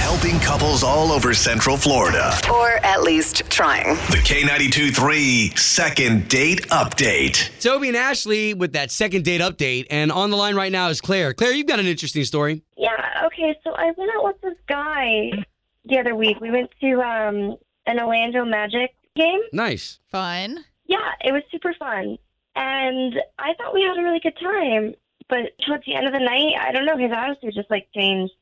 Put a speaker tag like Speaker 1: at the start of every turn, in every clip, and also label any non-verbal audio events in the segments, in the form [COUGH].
Speaker 1: Helping couples all over Central Florida.
Speaker 2: Or at least trying.
Speaker 1: The K92 3 second date update.
Speaker 3: Toby and Ashley with that second date update. And on the line right now is Claire. Claire, you've got an interesting story.
Speaker 4: Yeah, okay, so I went out with this guy the other week. We went to um an Orlando Magic game.
Speaker 3: Nice.
Speaker 5: Fun.
Speaker 4: Yeah, it was super fun. And I thought we had a really good time. But towards the end of the night, I don't know, his attitude just like changed.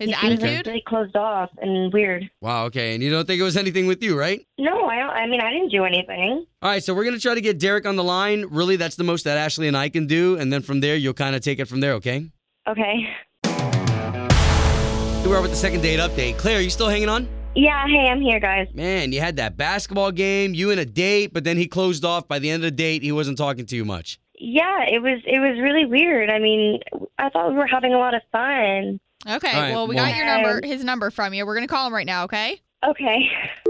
Speaker 5: His
Speaker 4: He seemed
Speaker 5: attitude?
Speaker 4: really closed off and weird.
Speaker 3: Wow, okay. And you don't think it was anything with you, right?
Speaker 4: No, I don't I mean I didn't do anything.
Speaker 3: All right, so we're going to try to get Derek on the line. Really, that's the most that Ashley and I can do. And then from there, you'll kind of take it from there, okay?
Speaker 4: Okay. [LAUGHS]
Speaker 3: Here we are with the second date update. Claire, you still hanging on?
Speaker 4: Yeah, hey, I'm here guys.
Speaker 3: Man, you had that basketball game, you and a date, but then he closed off. By the end of the date, he wasn't talking to you much.
Speaker 4: Yeah, it was it was really weird. I mean, I thought we were having a lot of fun.
Speaker 5: Okay.
Speaker 3: All right,
Speaker 5: well, we
Speaker 3: well-
Speaker 5: got your number, his number from you. We're gonna call him right now. Okay.
Speaker 4: Okay. [LAUGHS]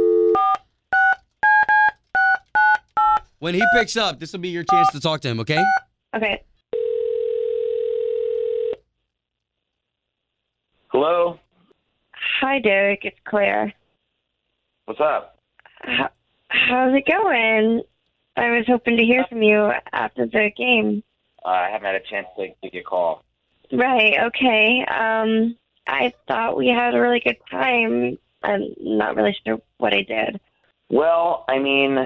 Speaker 3: When he picks up, this will be your chance to talk to him, okay?
Speaker 4: Okay.
Speaker 6: Hello.
Speaker 4: Hi Derek, it's Claire.
Speaker 6: What's up?
Speaker 4: How, how's it going? I was hoping to hear from you after the game.
Speaker 6: Uh, I haven't had a chance to take your call.
Speaker 4: Right, okay. Um, I thought we had a really good time. I'm not really sure what I did.
Speaker 6: Well, I mean,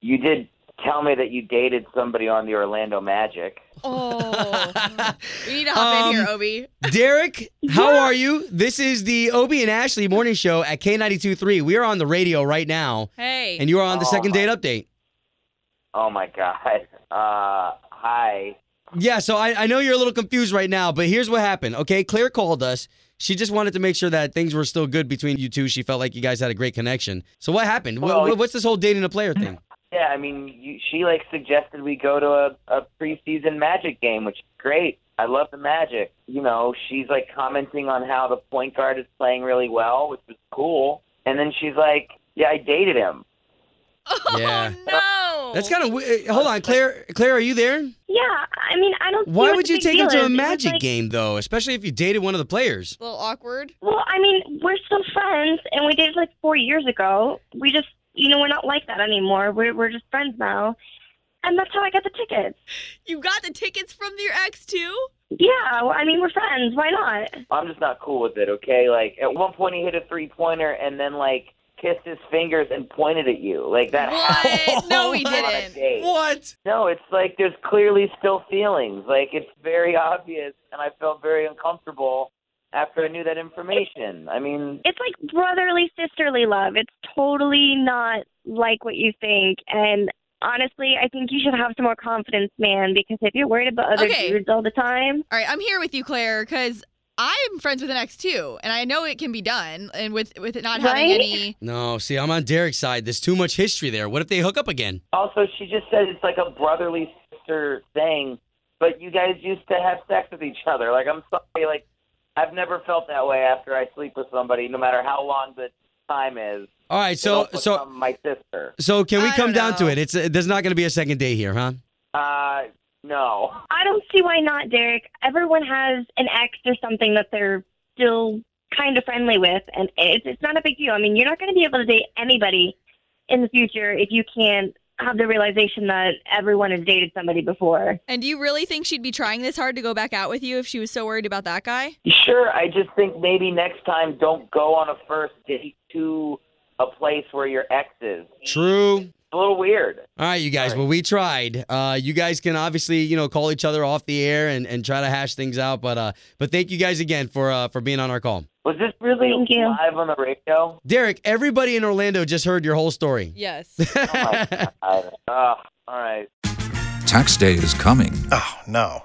Speaker 6: you did tell me that you dated somebody on the Orlando Magic.
Speaker 5: Oh,
Speaker 3: [LAUGHS]
Speaker 5: [LAUGHS] we need to hop in here,
Speaker 3: Um,
Speaker 5: Obi.
Speaker 3: Derek, how are you? This is the Obie and Ashley morning show at K92.3. We are on the radio right now,
Speaker 5: Hey.
Speaker 3: and you are on the
Speaker 6: Oh,
Speaker 3: second
Speaker 6: my-
Speaker 3: date update.
Speaker 6: Oh my God. Uh, hi.
Speaker 3: Yeah, so I, I know you're a little confused right now, but here's what happened, okay? Claire called us. She just wanted to make sure that things were still good between you two. She felt like you guys had a great connection. So what happened? Wha-
Speaker 6: Well,
Speaker 3: wha- what's this whole dating a player thing?
Speaker 6: Yeah, I mean, you, she like suggested we go to a, a preseason Magic game, which is great. I love the Magic. You know, she's like commenting on how the point guard is playing really well, which was cool. And then she's like, "Yeah, I dated him."
Speaker 5: [LAUGHS] oh
Speaker 3: Yeah.
Speaker 4: Oh.
Speaker 5: no.
Speaker 3: That's kind of weird. Hold on, Claire. Claire, are you there?
Speaker 4: Yeah, I mean, I don't. see
Speaker 3: Why
Speaker 4: what
Speaker 3: would
Speaker 4: the
Speaker 3: you
Speaker 4: big
Speaker 3: take
Speaker 4: deal
Speaker 3: him to
Speaker 4: is.
Speaker 3: a
Speaker 4: It was
Speaker 3: magic
Speaker 4: like-
Speaker 3: game though, especially if you dated one of the players?
Speaker 5: a little awkward.
Speaker 4: Well, I mean, we're still friends, and we dated like four years ago. We just, you know, we're not like that anymore. We're we're just friends now, and that's how I got the tickets.
Speaker 5: You got the tickets from your ex too?
Speaker 4: Yeah, well, I mean, we're friends. Why not?
Speaker 6: I'm just not cool with it, okay? Like at one point he hit a three pointer and then like kissed his fingers and pointed at you. Like that
Speaker 3: [LAUGHS]
Speaker 5: What?
Speaker 6: happened
Speaker 5: [LAUGHS] no, he
Speaker 6: on a
Speaker 5: didn't.
Speaker 6: date.
Speaker 3: What?
Speaker 6: No, it's like there's clearly still feelings. Like it's very obvious and I felt very uncomfortable after I knew that information. I mean
Speaker 4: It's like brotherly, sisterly love. It's totally not like what you think. And honestly, I think you should have some more confidence, man, because if you're worried about other
Speaker 5: Okay.
Speaker 4: dudes all the time,
Speaker 5: All right, I'm here with you, Claire, because I'm friends with an ex too, and I know it can be done, and with with it not having
Speaker 4: Right?
Speaker 5: any.
Speaker 3: No, see, I'm on Derek's side. There's too much history there. What if they hook up again?
Speaker 6: also she just said it's like a brotherly sister thing, but you guys used to have sex with each other. Like I'm sorry, like I've never felt that way after I sleep with somebody, no matter how long the time is.
Speaker 3: All right, so
Speaker 6: It'll
Speaker 3: so
Speaker 6: become my sister.
Speaker 3: so can we
Speaker 5: I
Speaker 3: come
Speaker 5: don't
Speaker 3: down to
Speaker 5: know.
Speaker 3: it? It's uh there's not going to be a second date here, huh?
Speaker 6: Uh, no.
Speaker 4: I don't see why not, Derek. Everyone has an ex or something that they're still kind of friendly with, and it's, it's not a big deal. I mean, you're not going to be able to date anybody in the future if you can't have the realization that everyone has dated somebody before.
Speaker 5: And do you really think she'd be trying this hard to go back out with you if she was so worried about that guy?
Speaker 6: Sure, I just think maybe next time don't go on a first date to a place where your ex is.
Speaker 3: True.
Speaker 6: It's a little weird.
Speaker 3: All right, you guys.
Speaker 6: All right.
Speaker 3: Well, we tried. Uh, you guys can obviously, you know, call each other off the air and, and try to hash things out. But uh, but thank you guys again for uh, for being on our call.
Speaker 6: Was this really
Speaker 4: Thank you.
Speaker 6: live on the radio?
Speaker 3: Derek, everybody in Orlando just heard your whole story. [LAUGHS]
Speaker 5: Yes.
Speaker 6: Oh my God. Uh, all right.
Speaker 7: Tax day is coming.
Speaker 1: Oh, no.